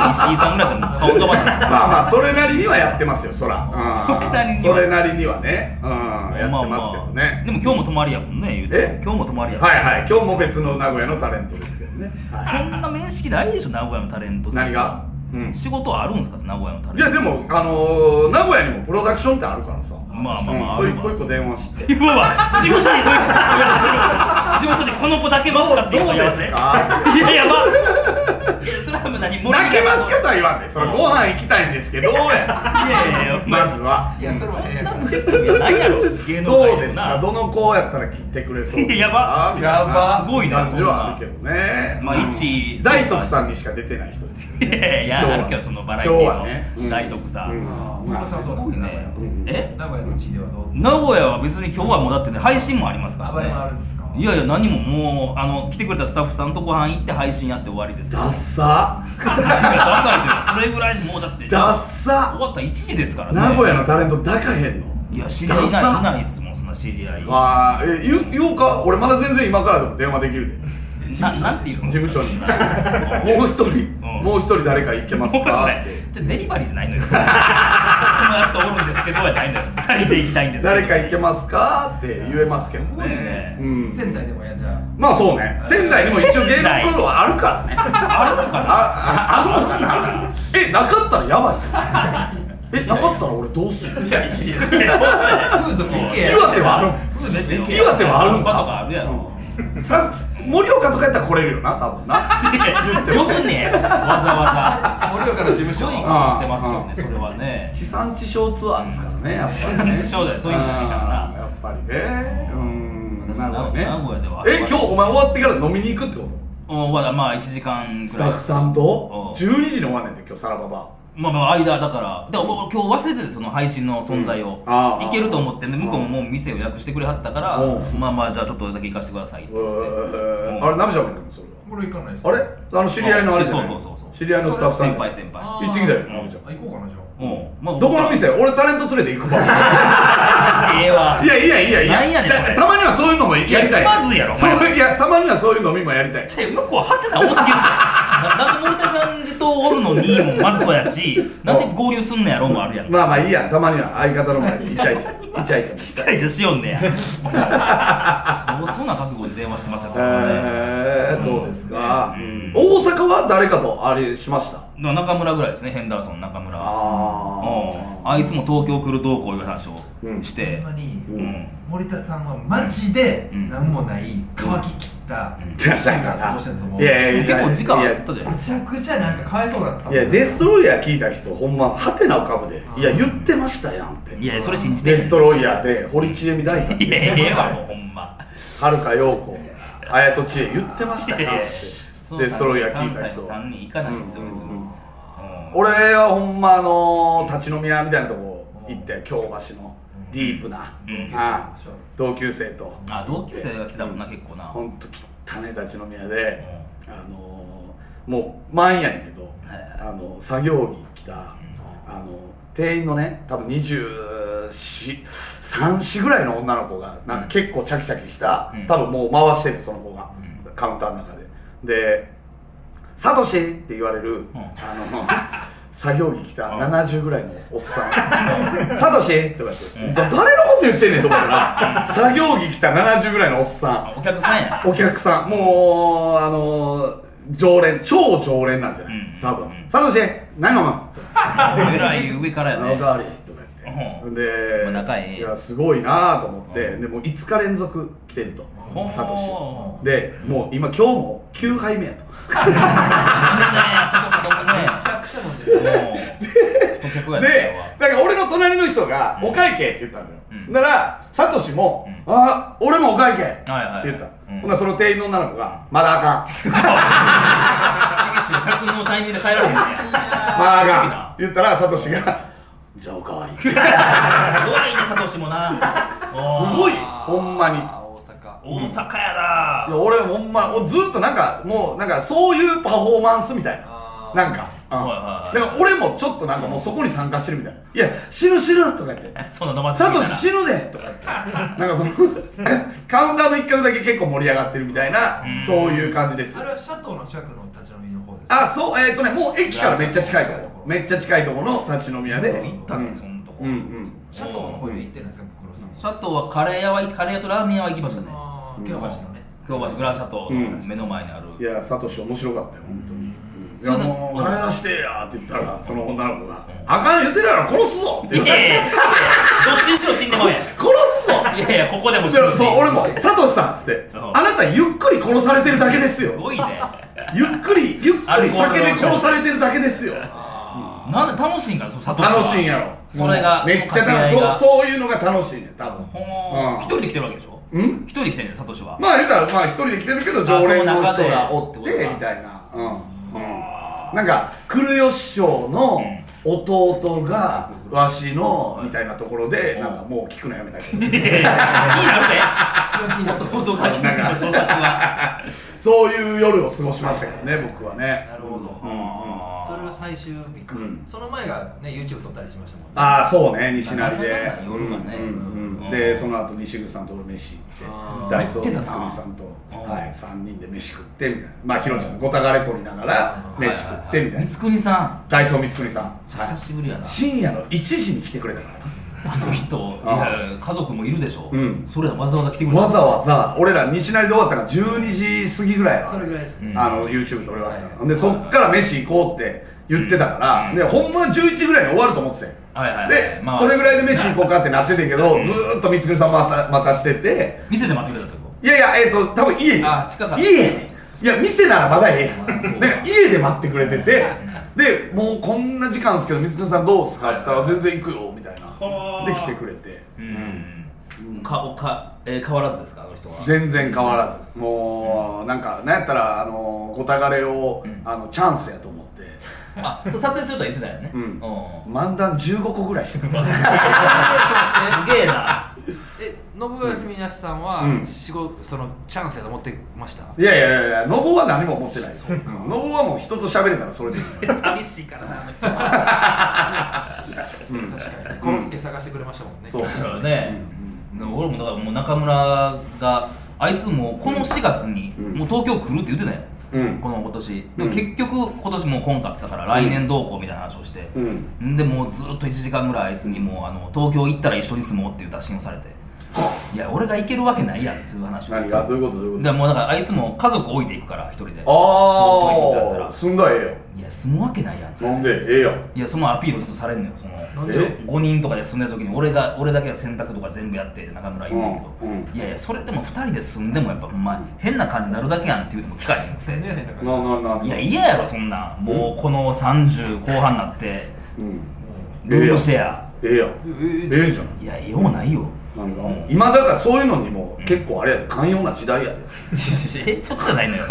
Speaker 2: もう石井さんぐらいでもう顔がばっ
Speaker 3: あまあそれなりにはやってますよそら、うん
Speaker 2: それなりには
Speaker 3: それなりにはね、うん、やってますけどね、
Speaker 2: でも今日も泊まりやもんね言うて
Speaker 3: え
Speaker 2: 今日も泊まりや
Speaker 3: はいはい今日も別の名古屋のタレントですけどね、はい
Speaker 2: そんな面識ないでしょ名古屋のタレントさん
Speaker 3: 何がうん
Speaker 2: 仕事あるんですか名古屋のタレン
Speaker 3: い
Speaker 2: ト
Speaker 3: やでもあのー、名古屋にもプロダクションってあるからさ、
Speaker 2: まあまあまあ
Speaker 3: うん、
Speaker 2: あ
Speaker 3: それ
Speaker 2: る
Speaker 3: 一
Speaker 2: わ
Speaker 3: 個一個電話して
Speaker 2: 自分は事務所に問いかけた事務所にこの子抱けますかっていう問い合わせ
Speaker 3: どうですか
Speaker 2: いややばいやそれはもう何森
Speaker 3: 泣
Speaker 2: が
Speaker 3: けますかとは言わんで、それご飯行きたいんですけど
Speaker 2: *laughs*
Speaker 3: や
Speaker 2: いやいやいや
Speaker 3: まずはい
Speaker 5: や、それはええ
Speaker 2: お前システムやないやろ芸能界
Speaker 3: どう
Speaker 2: の
Speaker 3: です
Speaker 2: な
Speaker 3: かどの子やったら切ってくれそうですか
Speaker 2: いややば
Speaker 3: みたいな
Speaker 5: やば
Speaker 2: すごいな
Speaker 3: 感じはあるけどね
Speaker 2: まあ
Speaker 3: うん
Speaker 2: 一
Speaker 3: 大徳さんにしか出てない人ですよ
Speaker 2: い
Speaker 3: ね
Speaker 2: やいや
Speaker 3: 今日は
Speaker 2: あるけどそのバラエティ
Speaker 3: 今日はねう
Speaker 2: ーの
Speaker 3: ん
Speaker 2: 大徳さ
Speaker 3: うん
Speaker 5: 岡さんどうですか、名古屋
Speaker 3: うん
Speaker 2: え
Speaker 5: 名古屋の地ではどう
Speaker 2: 名古屋は別に今日はもうだってね配信もありますか
Speaker 5: 暴
Speaker 2: ら
Speaker 5: れもあるん
Speaker 2: ね
Speaker 5: ですか
Speaker 2: いやいや何ももうあの来てくれたスタッフさんとご飯行って配信やって終わりです
Speaker 3: ダッサ
Speaker 2: いやダサいというかそれぐらいもうだって
Speaker 3: ダ
Speaker 2: 終
Speaker 3: ッサ
Speaker 2: わった1時ですからね
Speaker 3: 名古屋のタレント抱かへんの
Speaker 2: いや知り合いい
Speaker 3: ダ
Speaker 2: ない
Speaker 3: サ
Speaker 2: いないっすもんそんな知り合いな
Speaker 3: あーえ言う言おうか俺まだ全然今からでも電話できるで
Speaker 2: なんていうの
Speaker 3: 事務所に
Speaker 2: も
Speaker 3: もう一人
Speaker 2: うん
Speaker 3: もう一人誰か行けます
Speaker 2: う *laughs*
Speaker 3: か
Speaker 2: ねじゃあデリバリーじゃないのよそれ友達とおるんですけどやないのよ2人で行きたいんですけど
Speaker 3: 誰か行けますかって言えますけど
Speaker 2: すごいね
Speaker 3: ねうん
Speaker 5: 仙台でもやじゃ
Speaker 3: まあそうね仙台にも一応芸能プロはあるから
Speaker 2: *laughs*
Speaker 3: ね
Speaker 2: あるのかな
Speaker 3: あ、あ、あるのかな *laughs* え、なかったらやば
Speaker 2: *laughs*
Speaker 3: いえ、なかったら俺どうする
Speaker 2: いやいやいやそうっすね
Speaker 5: あ。風俗行けや。
Speaker 3: 岩手はあるん
Speaker 2: そうですね
Speaker 3: 岩手はあるん
Speaker 2: と
Speaker 3: か
Speaker 2: かあるやろ
Speaker 3: さ盛岡とかやったら来れるよな、多分な
Speaker 2: *laughs*
Speaker 3: 言って
Speaker 2: 呼
Speaker 3: も
Speaker 2: ぶねわざわざ
Speaker 5: 盛岡の事務所
Speaker 2: 良い
Speaker 5: に。
Speaker 2: ことしてますからねそれはね
Speaker 3: 地産地消ツアーですからね、やっ
Speaker 2: 地
Speaker 3: ぱり
Speaker 2: 産
Speaker 3: ね
Speaker 2: 地消だよそういうんじゃないから
Speaker 3: うん
Speaker 2: な
Speaker 3: やっぱりねうん、なるほどね
Speaker 2: 名古屋では
Speaker 3: え、今日お前終わってから飲みに行くってこと
Speaker 2: うんまだまあ1時間
Speaker 3: ス
Speaker 2: ぐ
Speaker 3: タ
Speaker 2: らい
Speaker 3: ッフさんと
Speaker 2: う
Speaker 3: 12時に終わんねんで、今日さらばば
Speaker 2: まあまあ間だからだからお今日忘れててその配信の存在を、
Speaker 3: うんああ
Speaker 2: 行けると思ってね向こうももう店予約してくれはったから、
Speaker 3: うん
Speaker 2: まあまあじゃあちょっとだけ行かせてくださいって
Speaker 3: え
Speaker 2: 言って、
Speaker 3: ーあれ、ナミちゃんも行くのそれは
Speaker 5: これ行かないです。
Speaker 3: あれあの知り合いのあれじゃない
Speaker 2: そうそうそうそう
Speaker 3: 知り合いのスタッフさん
Speaker 2: 先輩先輩
Speaker 5: あ
Speaker 3: 行ってきたよナミちゃん
Speaker 5: あ、行こうかな、じゃ
Speaker 2: うんまあ
Speaker 3: どこの店俺タレント連れて行くわ
Speaker 2: *laughs* ええわ
Speaker 3: いやいやいやいや
Speaker 2: なんやねん
Speaker 3: じゃあ
Speaker 2: それ
Speaker 3: たまにはそういうのもやりたい
Speaker 2: いや気まずいやろお
Speaker 3: そ
Speaker 2: 前は
Speaker 3: ういやたまにはそういうのも今やりたい
Speaker 2: ちょ向こうはてな多すぎるんだよななんで森田さんとおるのにもまずそうや
Speaker 3: *laughs*
Speaker 2: しなんで合流すんのやろもあるやん
Speaker 3: まあまあいいやたまには相方の前でイチャイチャイチャイチャも
Speaker 2: イ
Speaker 3: し
Speaker 2: チ
Speaker 3: たい
Speaker 2: ャイチャしよんねや相当な覚悟で電話してますよそれはね
Speaker 3: へえそうですか、
Speaker 2: うん
Speaker 3: 大阪は誰かとあれしました
Speaker 2: だから中村ぐらいですねヘンダーソン中村
Speaker 3: あ
Speaker 2: うんあいつも東京来るどうこういう話をして、
Speaker 5: あ。ほんまに。
Speaker 2: うん
Speaker 5: 森田さんはマジで
Speaker 2: うん
Speaker 5: 何もない乾き切った
Speaker 2: うん
Speaker 5: 1週間過ごしてたと思う
Speaker 3: いやいや
Speaker 2: 結構時間あったで
Speaker 5: むちゃくちゃなんかかわいそうだったもん
Speaker 3: いやデストロイヤー聞いた人ほんまハテナ浮かぶでいや言ってましたやんって
Speaker 2: いやいやそれ信じて
Speaker 3: デストロイヤーで堀ちえみ大さんって
Speaker 2: い
Speaker 3: いう
Speaker 2: や
Speaker 3: ね
Speaker 2: ええわもうほんま
Speaker 3: はるか陽子綾戸知恵言ってましたよなってデストロイヤー聞いた人
Speaker 2: 3人行かないんですよ別に、
Speaker 3: うんうん
Speaker 2: うん
Speaker 3: 俺はほんまあのー立ち飲み屋みたいなとこ行って京橋のディープな、
Speaker 2: うん
Speaker 3: ああ同級生と
Speaker 2: あ同級生が来たもんな結構な、
Speaker 3: ほんと汚ね立ち飲み屋で、あのーもう満員やねんけど、あの作業着着た、あの店員のね多分243歳ぐらいの女の子がなんか結構チャキチャキした、
Speaker 2: うん
Speaker 3: 多分もう回してるその子が、カウンターの中でで「サトシ!」って言われる、あの *laughs* 作業着着た70ぐらいのおっさ
Speaker 2: *laughs*
Speaker 3: ん「サトシ!」とか言って、だ誰のこと言ってんねんと思った
Speaker 2: *laughs*
Speaker 3: ら作業着着た70ぐらいのおっさん
Speaker 2: あお客さんや
Speaker 3: お客さん、もう、あのー、常連、超常連なんじゃない、
Speaker 2: うん
Speaker 3: 多分。サトシ、何飲む
Speaker 2: えらい上からや
Speaker 3: あの
Speaker 2: ね
Speaker 3: 代わりとか言って。
Speaker 2: うん
Speaker 3: で、
Speaker 2: まあ仲ええ
Speaker 3: いや、すごいなと思って、
Speaker 2: うん
Speaker 3: でもう5日連続来てると。
Speaker 2: ほう
Speaker 3: サトシ
Speaker 2: ほ
Speaker 3: でもう今今日も9杯目やと
Speaker 2: 飲むね佐藤さん飲むね
Speaker 5: めちゃくちゃ飲んでる。
Speaker 2: もう太客やった
Speaker 3: で
Speaker 2: よ
Speaker 3: だから俺の隣の人が「お会計」って言ったのよ、
Speaker 2: うん
Speaker 3: だからサトシも「
Speaker 2: う
Speaker 3: あ俺もお会計」って
Speaker 2: はいはいはい
Speaker 3: 言った、
Speaker 2: うん
Speaker 3: ほんならその店員の女の子が「まだあかん」
Speaker 2: 厳しい客のタイミングで帰られへんし
Speaker 3: まあ
Speaker 2: 強い
Speaker 3: あか
Speaker 2: なん
Speaker 3: 言ったらサトシが「じゃあおかわり」す
Speaker 2: 弱いねサトシもなす
Speaker 3: ごいほんまにい
Speaker 5: あー大阪。
Speaker 2: 大阪やな
Speaker 3: や俺ほんまおずっとなんかもうなんかそういうパフォーマンスみたいな
Speaker 5: あー
Speaker 3: なんか、うん
Speaker 2: はいはいはい
Speaker 3: だから俺もちょっとなんかもうそこに参加してるみたいな「いや死ぬ死ぬ」とか言って
Speaker 2: そんな飲ま
Speaker 3: 「
Speaker 2: せ
Speaker 3: サ
Speaker 2: て
Speaker 3: ト
Speaker 2: み
Speaker 3: シ死ぬで」とか言ってなんかその *laughs* カウンターの一角だけ結構盛り上がってるみたいな
Speaker 2: うん
Speaker 3: そういう感じです
Speaker 5: あれはシャトーの近くの立ち飲みの方です。
Speaker 3: あそうえっ、とねもう駅からめっちゃ近いとこめっちゃ近いところの立ち飲み屋で
Speaker 2: 行ったねそんなとこ
Speaker 3: うんうん
Speaker 5: シャトーの方に行ってないですか、小黒さんは。
Speaker 2: シャトーはカレー屋はカレー屋とラーメン屋は行きましたね
Speaker 5: ああ、京橋のね。
Speaker 2: 京橋グランシャトーの目の前にある
Speaker 3: いや、サトシ面白かったよ、本当に。い
Speaker 2: そ
Speaker 3: や、
Speaker 2: んな
Speaker 3: もう帰らしてやって言ったら、その女の子が、あかん言ってるやろ、殺すぞって
Speaker 2: い
Speaker 3: 言
Speaker 2: や
Speaker 3: っ
Speaker 2: い
Speaker 3: て、
Speaker 2: やいやどっちにしろ死んでもえ
Speaker 3: 殺すぞ
Speaker 2: えいやいやここでも
Speaker 3: い
Speaker 2: 死ぬ
Speaker 3: や
Speaker 2: し
Speaker 3: そう、俺も、サトシさんっつって、
Speaker 2: うん
Speaker 3: あなたゆっくり殺されてるだけです
Speaker 2: す
Speaker 3: よ。
Speaker 2: ごいね
Speaker 3: ゆっくり、ゆっ
Speaker 2: ア
Speaker 3: く
Speaker 2: ル
Speaker 3: り
Speaker 2: コール
Speaker 3: 酒
Speaker 2: の
Speaker 3: で殺されてるだけですよ。
Speaker 2: なんで楽しいんかなそのサトシは
Speaker 3: 楽しいんやろ。
Speaker 2: それが
Speaker 3: うんめっちゃ
Speaker 2: その掛け合い
Speaker 3: 楽
Speaker 2: が
Speaker 3: しい。そう、そういうのが楽しいね、多分。
Speaker 2: ほ
Speaker 3: う
Speaker 2: ー
Speaker 3: ん
Speaker 2: 一人で来てるわけでしょ
Speaker 3: うん
Speaker 2: 一人で来てるんだよサトシは
Speaker 3: まあ言うたらまあ一人で来てるけど常連の人がおって
Speaker 2: あその中で
Speaker 3: みたいなうん、うん、なんか黒吉師匠の弟がわしのみたいなところでなんかもう聞くのやめたけど
Speaker 2: いやいや気にな
Speaker 3: *laughs*
Speaker 2: るね弟が気になる創作は
Speaker 3: そういう夜を過ごしましたけどね僕はね
Speaker 5: なるほど。それが最終日か
Speaker 3: うん。
Speaker 5: その前がね、YouTube 撮ったりしましたもんね。
Speaker 3: ああそうね西成で
Speaker 2: あ夜がね
Speaker 3: うんうん
Speaker 2: うん
Speaker 3: でその後西口さんと俺飯行
Speaker 5: あ
Speaker 3: って
Speaker 5: ー
Speaker 3: ダイソ
Speaker 2: 行
Speaker 3: ー
Speaker 2: って
Speaker 3: の
Speaker 2: たな
Speaker 3: 作りさんと、
Speaker 2: うん
Speaker 3: はい、3人で飯食ってみたいなまあひろちゃんのごたがれ取りながら飯食ってみたい
Speaker 2: 光
Speaker 3: な
Speaker 2: 圀さん
Speaker 3: ダイソー光圀さんはい
Speaker 2: 久しぶりやな
Speaker 3: 深夜の1時に来てくれたからな
Speaker 2: あの人いや家族もいるでしょ
Speaker 3: うん
Speaker 2: それはわざわざ来てくれた
Speaker 3: わざわざ俺ら西成で終わったから12時過ぎぐらいは
Speaker 5: それぐらいですね。
Speaker 3: あの YouTube 撮り終わった
Speaker 5: はい
Speaker 3: のでそっから飯行こうって言ってたからでほんまは11時ぐらいに終わると思ってたよ
Speaker 2: はいはいはい
Speaker 3: で
Speaker 2: まあ
Speaker 3: それぐらいで飯行こうかってなっててんけどずーっと光圀さん待た待たしてて
Speaker 2: 店で待ってくれたとこ
Speaker 3: いやいやえっと多分家で
Speaker 2: あ近かった
Speaker 3: 家でいや店ならまだええやん
Speaker 2: まあそう
Speaker 3: だから家で待ってくれててでもうこんな時間ですけど光圀さんどうっすかって言ったら全然行くよみたい
Speaker 2: は
Speaker 3: な
Speaker 2: あ
Speaker 3: で来てくれて
Speaker 2: うんかおかえー変わらずですかあの人は
Speaker 3: 全然変わらずもうなんかなんやったらあのごたがれを、あのチャンスやと思って
Speaker 2: あそう撮影するとは言ってたよね
Speaker 3: うん
Speaker 2: うん
Speaker 3: 漫談15個ぐらいし
Speaker 2: *laughs*
Speaker 3: てた
Speaker 2: すげえな
Speaker 5: え、信康みなしさんは
Speaker 3: うん、
Speaker 5: 仕事、そのチャンスやと思ってました
Speaker 3: いやいやいやいやのぼは何も思ってないようんのぼはもう人と喋れたらそれでいい
Speaker 2: 寂しいからなあ
Speaker 5: *laughs* 確かにね。コロッケ探してくれましたもんね。
Speaker 3: そう
Speaker 2: の人だからねでも俺もだからもう中村があいつもこの4月に
Speaker 3: ん
Speaker 2: もう東京来るって言ってたよ
Speaker 3: うん
Speaker 2: この今年で
Speaker 3: うん
Speaker 2: も結局今年もう来んかったから来年どうこ *laughs* うみたいな話をして
Speaker 3: うん
Speaker 2: んでもうずっと1時間ぐらいあいつにもうあの東京行ったら一緒に住もうっていう打診をされていや俺が行けるわけないやんっていう話を
Speaker 3: 何がどういうことどういうこ
Speaker 2: でもうだからあいつも家族置いていくから一人で東京行くんだった
Speaker 3: とあ
Speaker 2: ら
Speaker 3: あすんだらえ
Speaker 2: いや住むわけないやんっ
Speaker 3: え
Speaker 2: て
Speaker 3: やんなんでええやん
Speaker 2: いやそのアピールをずっとされんのよその
Speaker 5: なんで
Speaker 3: え
Speaker 2: 5人とかで住んでる時に俺が俺だけが洗濯とか全部やってって中村言うんだけど、
Speaker 3: うんうん
Speaker 2: いやいやそれでも2人で住んでもやっぱほんま変な感じになるだけやんって言うても聞かれへんくて
Speaker 5: ねなんか
Speaker 3: ななない
Speaker 2: や嫌やろそんなんもうこの30後半になって
Speaker 3: うん
Speaker 2: ルームシェア
Speaker 3: ええやん
Speaker 5: ええ
Speaker 3: ええんじゃん
Speaker 2: いやようないよ
Speaker 3: 何が
Speaker 2: うん
Speaker 3: 今だからそういうのにも結構あれやで寛容な時代やで
Speaker 2: えそっちじゃないのよ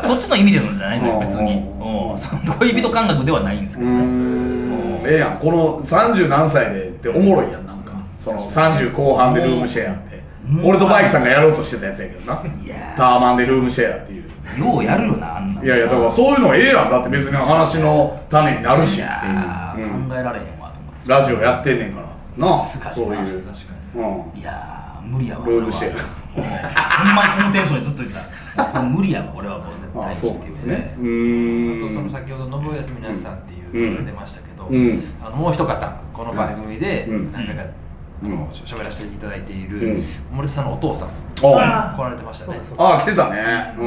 Speaker 2: そっちの意味でのじゃないのよ別に
Speaker 3: うん
Speaker 2: うんその恋人感覚ではないんですけ
Speaker 3: う
Speaker 2: ど、
Speaker 3: ーんええやんこの30何歳でっておもろいやんなんかその30後半でルームシェアって
Speaker 2: うん
Speaker 3: 俺とバイクさんがやろうとしてたやつやけどない
Speaker 2: や
Speaker 3: タワマンでルームシェアっていう
Speaker 2: ようやるよなあんなん
Speaker 3: いやいやだからそういうのええやんだって別に話の種になるしって
Speaker 2: や
Speaker 3: いう、うん
Speaker 2: 考えられへんわと思って
Speaker 3: ラジオやってんねんからなあ
Speaker 2: すがに
Speaker 3: そういう、
Speaker 5: 確かに。
Speaker 3: うん、
Speaker 2: いやー無理やわ
Speaker 3: ルームシェア
Speaker 2: 俺はうんほんまにこのテンションでずっと言ってたこれ無理やわ俺はもう絶
Speaker 3: あ
Speaker 2: 対
Speaker 3: あそうなんです
Speaker 2: って
Speaker 3: ね
Speaker 2: いう
Speaker 3: ー
Speaker 5: あ
Speaker 3: ん
Speaker 5: とその先ほど信康みなしさんっていうのが出ましたけど、
Speaker 3: うん
Speaker 5: あのもう一方この番組で
Speaker 3: うん
Speaker 5: 何回かあ
Speaker 3: う
Speaker 5: の
Speaker 3: ん
Speaker 5: しゃべらせていただいていうる
Speaker 3: ん
Speaker 5: 森田さんのお父さん
Speaker 3: おあ
Speaker 6: あ
Speaker 5: 来られてましたねす
Speaker 6: そう
Speaker 3: あ来てたねう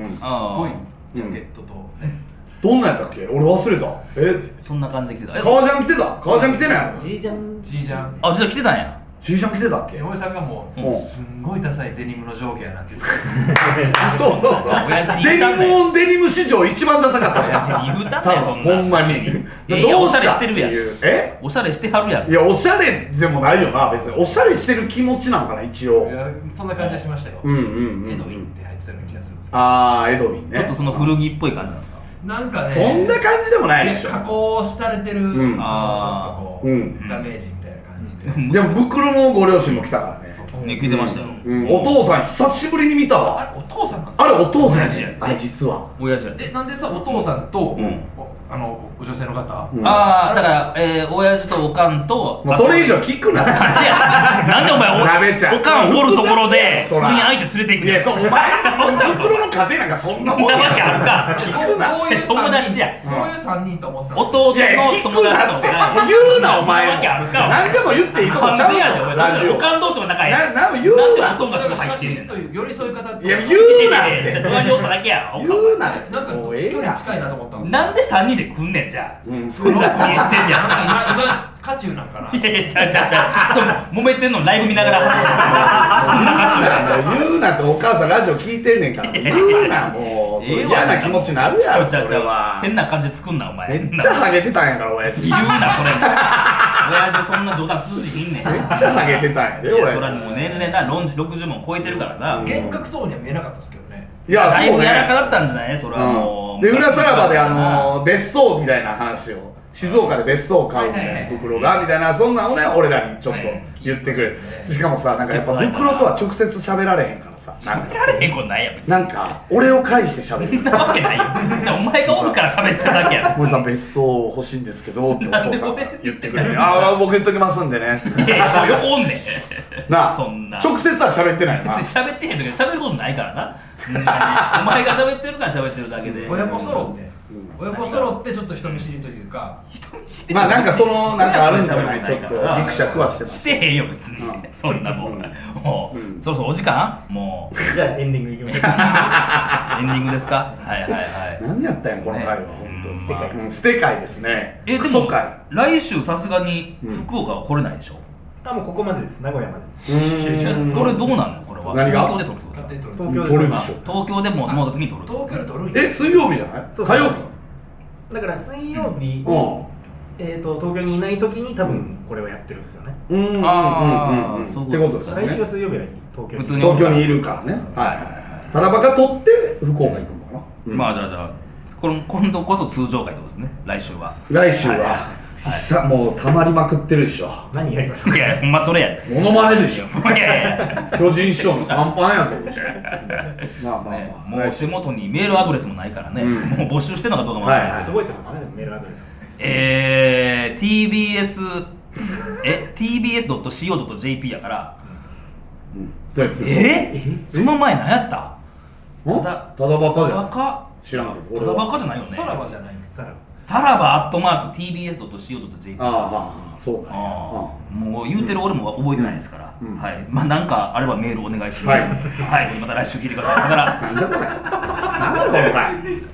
Speaker 3: ん、うん、
Speaker 2: あ
Speaker 5: ごい
Speaker 2: あ
Speaker 5: ジャケットとね
Speaker 3: どんなんやったっけ俺忘れたえ
Speaker 2: そんな感じで来てたえ
Speaker 3: 革ジャン着てた革ジャン着てない
Speaker 6: じいちゃん
Speaker 5: ジージャン
Speaker 2: あ実は来てたんや
Speaker 3: じいちゃん来てたっけ
Speaker 5: 嫁さんがも
Speaker 3: うん
Speaker 5: う、すんごいダサいデニムの上下やなって言って
Speaker 3: そうそうそう
Speaker 2: 親父に言っ
Speaker 3: デ
Speaker 2: た
Speaker 3: ニ
Speaker 2: んだよ
Speaker 3: ムをデニム史上一番ダサかったね
Speaker 2: 言うたっ
Speaker 3: 多
Speaker 2: たよそ
Speaker 3: 分
Speaker 2: んな
Speaker 3: ほんまに
Speaker 2: 別いやいやおしゃれしてるやん
Speaker 3: どうしたっていうえ
Speaker 2: おしゃれしてはるやん
Speaker 3: いやおしゃれでもないよな別におしゃれしてる気持ちなんかな一応
Speaker 5: いやそんな感じはしましたよ、
Speaker 3: うんうんうん
Speaker 5: エドウィンって入ってたような気がするんですけ
Speaker 3: ああエドウィンね
Speaker 2: ちょっとその古着っぽい感じなんですか
Speaker 5: どなんかね
Speaker 3: そんな感じでもないで
Speaker 5: ね
Speaker 3: しょ
Speaker 5: 加工をしたれてる、
Speaker 3: ん
Speaker 5: そのちょっとこう、
Speaker 3: うん
Speaker 5: ダメージみたいな感じ
Speaker 3: で
Speaker 5: で、
Speaker 3: も袋のご両親も来たからね
Speaker 2: ね聞いてましたよ
Speaker 3: うんお父さん久しぶりに見たわ
Speaker 5: あれお父さんなんですか
Speaker 3: あれお父さんや
Speaker 2: 親父や
Speaker 3: ね
Speaker 2: ね
Speaker 3: あれ実は
Speaker 2: 親父やで
Speaker 5: えなんでさお父さんと、
Speaker 3: うん
Speaker 5: おあの女性の方、
Speaker 3: うん
Speaker 2: ああだからえー親父とおかんと
Speaker 3: もうそれ以上聞くな
Speaker 2: なんでやなんでお
Speaker 3: なめちゃ
Speaker 2: 前
Speaker 3: ん
Speaker 2: おおかんおるところで
Speaker 3: そ
Speaker 2: そ
Speaker 3: ら
Speaker 2: れに相手連 *laughs* れていく
Speaker 3: いやそうお前の袋の家庭なんかそんなもん
Speaker 2: ん
Speaker 3: や
Speaker 2: なわけあるか
Speaker 3: 聞くな
Speaker 5: どういう
Speaker 2: 友
Speaker 5: 三
Speaker 2: 達
Speaker 5: 人
Speaker 2: や
Speaker 5: どういう三人と思ってたの
Speaker 2: 弟の
Speaker 3: いやいや聞
Speaker 2: 友
Speaker 3: くな
Speaker 2: 達
Speaker 3: っ
Speaker 2: と
Speaker 3: て
Speaker 2: か
Speaker 3: 言うなお
Speaker 2: そ
Speaker 3: 前
Speaker 2: んなわけあ
Speaker 3: も
Speaker 2: るか
Speaker 3: 何でも言っていいとこち
Speaker 2: なんでやねん
Speaker 3: ゃう
Speaker 2: お前
Speaker 3: ぞラジ
Speaker 2: なんで
Speaker 3: オ
Speaker 2: おかん同士の仲や
Speaker 3: ななんも言う
Speaker 2: なんで
Speaker 3: な
Speaker 2: おとんが
Speaker 5: だ
Speaker 2: そ
Speaker 5: か
Speaker 2: こ
Speaker 5: ら
Speaker 2: 入って
Speaker 5: 写
Speaker 2: んね
Speaker 5: 真
Speaker 2: ん
Speaker 5: という寄り添い方って
Speaker 3: いや言
Speaker 2: 見て
Speaker 3: う
Speaker 2: ね
Speaker 3: なっ
Speaker 2: えじゃあ
Speaker 3: て
Speaker 2: 隣におっただけや
Speaker 3: 言うな
Speaker 5: えなんか
Speaker 3: も
Speaker 5: 距
Speaker 3: うええや
Speaker 5: 離近いなと思ったんですよ
Speaker 2: なんで3人で来んねんじゃあ
Speaker 3: うんそ
Speaker 2: こ
Speaker 3: う
Speaker 2: の不倫してんや
Speaker 5: なんか今今渦中なんかない
Speaker 2: やいやちゃうちゃうちゃうその揉めてんのライブ見ながら話すそんな感じだよ
Speaker 3: 言うなってお母さんラジオ聞いてんねんから言うなも
Speaker 2: *laughs*
Speaker 3: うそれ嫌な気持ちになるやろ
Speaker 2: ち
Speaker 3: そ
Speaker 2: ゃうちゃ
Speaker 3: れ
Speaker 2: うちゃ
Speaker 3: は
Speaker 2: う変な感じで作んなお前
Speaker 3: めっちゃハゲてたんやから親父め
Speaker 2: *laughs*
Speaker 3: っ
Speaker 2: 言う
Speaker 3: ち
Speaker 2: なそれも親父そんな冗談通じひんねん
Speaker 3: ゃハゲてたんや
Speaker 2: い
Speaker 3: で
Speaker 2: やそ
Speaker 3: 親
Speaker 2: ら
Speaker 3: 父
Speaker 2: もう年齢な40 60も超えてるからな、
Speaker 3: うん
Speaker 5: 幻覚そうには見えなかったですけどね
Speaker 3: いや
Speaker 2: だい
Speaker 3: そう
Speaker 2: ぶ柔らか
Speaker 3: ね
Speaker 2: だったんじゃないそれはも
Speaker 3: う
Speaker 2: う、
Speaker 3: んで裏さらばであのー別荘みたいな話を静岡で別荘を買うみたいな袋がみたいなそんなのをね俺らにちょっと言ってくれるしかもさなんかやっぱ袋とは直接喋られへんからさな
Speaker 2: 見
Speaker 3: んから
Speaker 2: れへんことないやん別に
Speaker 3: なんか俺を介して喋る
Speaker 2: そんなわけ
Speaker 3: *laughs*
Speaker 2: ないよじゃあお前がおるから喋ってるだけや
Speaker 3: 森さん別荘欲しいんですけどってお父さんが言ってくれて「ああ僕言っときますんで *laughs* ね
Speaker 2: ろいやおんねん」
Speaker 3: なあ
Speaker 2: そんな
Speaker 3: 直接は喋ってない
Speaker 2: 別
Speaker 3: な
Speaker 2: に喋ってへんけど喋ることないからなほんま
Speaker 3: *laughs*
Speaker 2: にお前が喋ってるから喋ってるだけ *laughs* で
Speaker 5: 親子揃って
Speaker 3: ん
Speaker 5: 親子揃ってちょっと人見知りというか
Speaker 3: まあなんかそ *laughs* のなんかあるんじゃないちょっと
Speaker 2: 喋ることないから
Speaker 3: ギクシャクはしてま
Speaker 2: し
Speaker 3: す
Speaker 2: てへんよ別に、
Speaker 3: うん
Speaker 2: そんなもん、もう、
Speaker 3: うん
Speaker 2: そろそろお時間もう
Speaker 6: じゃあエンディングいきましょう。
Speaker 2: *laughs* エンディングですかはいはいはい
Speaker 3: 何やったんやこの回は本当に
Speaker 2: うんまあ
Speaker 3: うん捨て会ですね
Speaker 2: えで
Speaker 3: クソ
Speaker 2: も
Speaker 3: 会
Speaker 2: 来週さすがに福岡は来れないでしょ、
Speaker 6: あ、もうここまでです。名古屋までです。
Speaker 3: うーん
Speaker 2: これどうなんのこれは
Speaker 3: 何が
Speaker 2: 東京で撮るってことですか
Speaker 5: で東
Speaker 6: 東京
Speaker 3: 取るでしょ
Speaker 2: 東京でももう時に撮ると
Speaker 5: 京で撮るんや
Speaker 3: え水曜日じゃない
Speaker 6: そう
Speaker 3: 火曜日
Speaker 6: だから水曜日に、
Speaker 3: う
Speaker 6: えー、と東京にいないときに多
Speaker 3: うん
Speaker 6: 分これをやってるんですよね。
Speaker 3: んうんうんうん
Speaker 2: あー
Speaker 3: うん
Speaker 2: そう
Speaker 3: っ
Speaker 2: いう
Speaker 3: て
Speaker 2: こ
Speaker 3: ことと
Speaker 2: でか
Speaker 3: ですすか
Speaker 6: 来
Speaker 3: ね
Speaker 6: 週は水曜日は東京
Speaker 2: 普
Speaker 6: に。
Speaker 2: 通に
Speaker 3: 東京にいるからねはいはいはいただバカ取って福岡行くのかなうん
Speaker 2: まあじゃあじゃあこの今度こそ通常回ってことですね来週は
Speaker 3: 来週は久もうたまりまくってるでしょ
Speaker 6: 何やりましょう
Speaker 2: いやほんまそれやで
Speaker 3: モノマネでしょ
Speaker 2: いやいや
Speaker 3: 巨人師匠のパンパンやぞこれ
Speaker 2: *laughs*
Speaker 3: まあまあ
Speaker 2: ね
Speaker 3: まあ、
Speaker 2: もう手元にメールアドレスもないからね、
Speaker 3: うん
Speaker 2: もう募集してるのかどうかもわからないけど、
Speaker 6: 覚えてますね、でもメールアドレス。
Speaker 2: えー、TBS え TBS.CO.JP やから
Speaker 3: だって
Speaker 2: えその前何やった
Speaker 3: ん
Speaker 2: ただ
Speaker 3: ただバカじゃ
Speaker 2: バ
Speaker 3: ん
Speaker 2: カ
Speaker 3: 知らんけど
Speaker 2: た
Speaker 3: 俺
Speaker 2: だ
Speaker 3: は
Speaker 2: バカじゃないよね
Speaker 5: さらばじゃない
Speaker 6: さらば。
Speaker 2: さらばアットマーク TBS.CO.JP
Speaker 3: ああああそうだね
Speaker 2: ああもう言うてる俺も覚えてないですから、
Speaker 3: うん
Speaker 2: はいまあなんかあればメールお願いします
Speaker 3: はい
Speaker 2: はい、また来週聞いてくださいさよなら
Speaker 3: なんだこれなんだこれ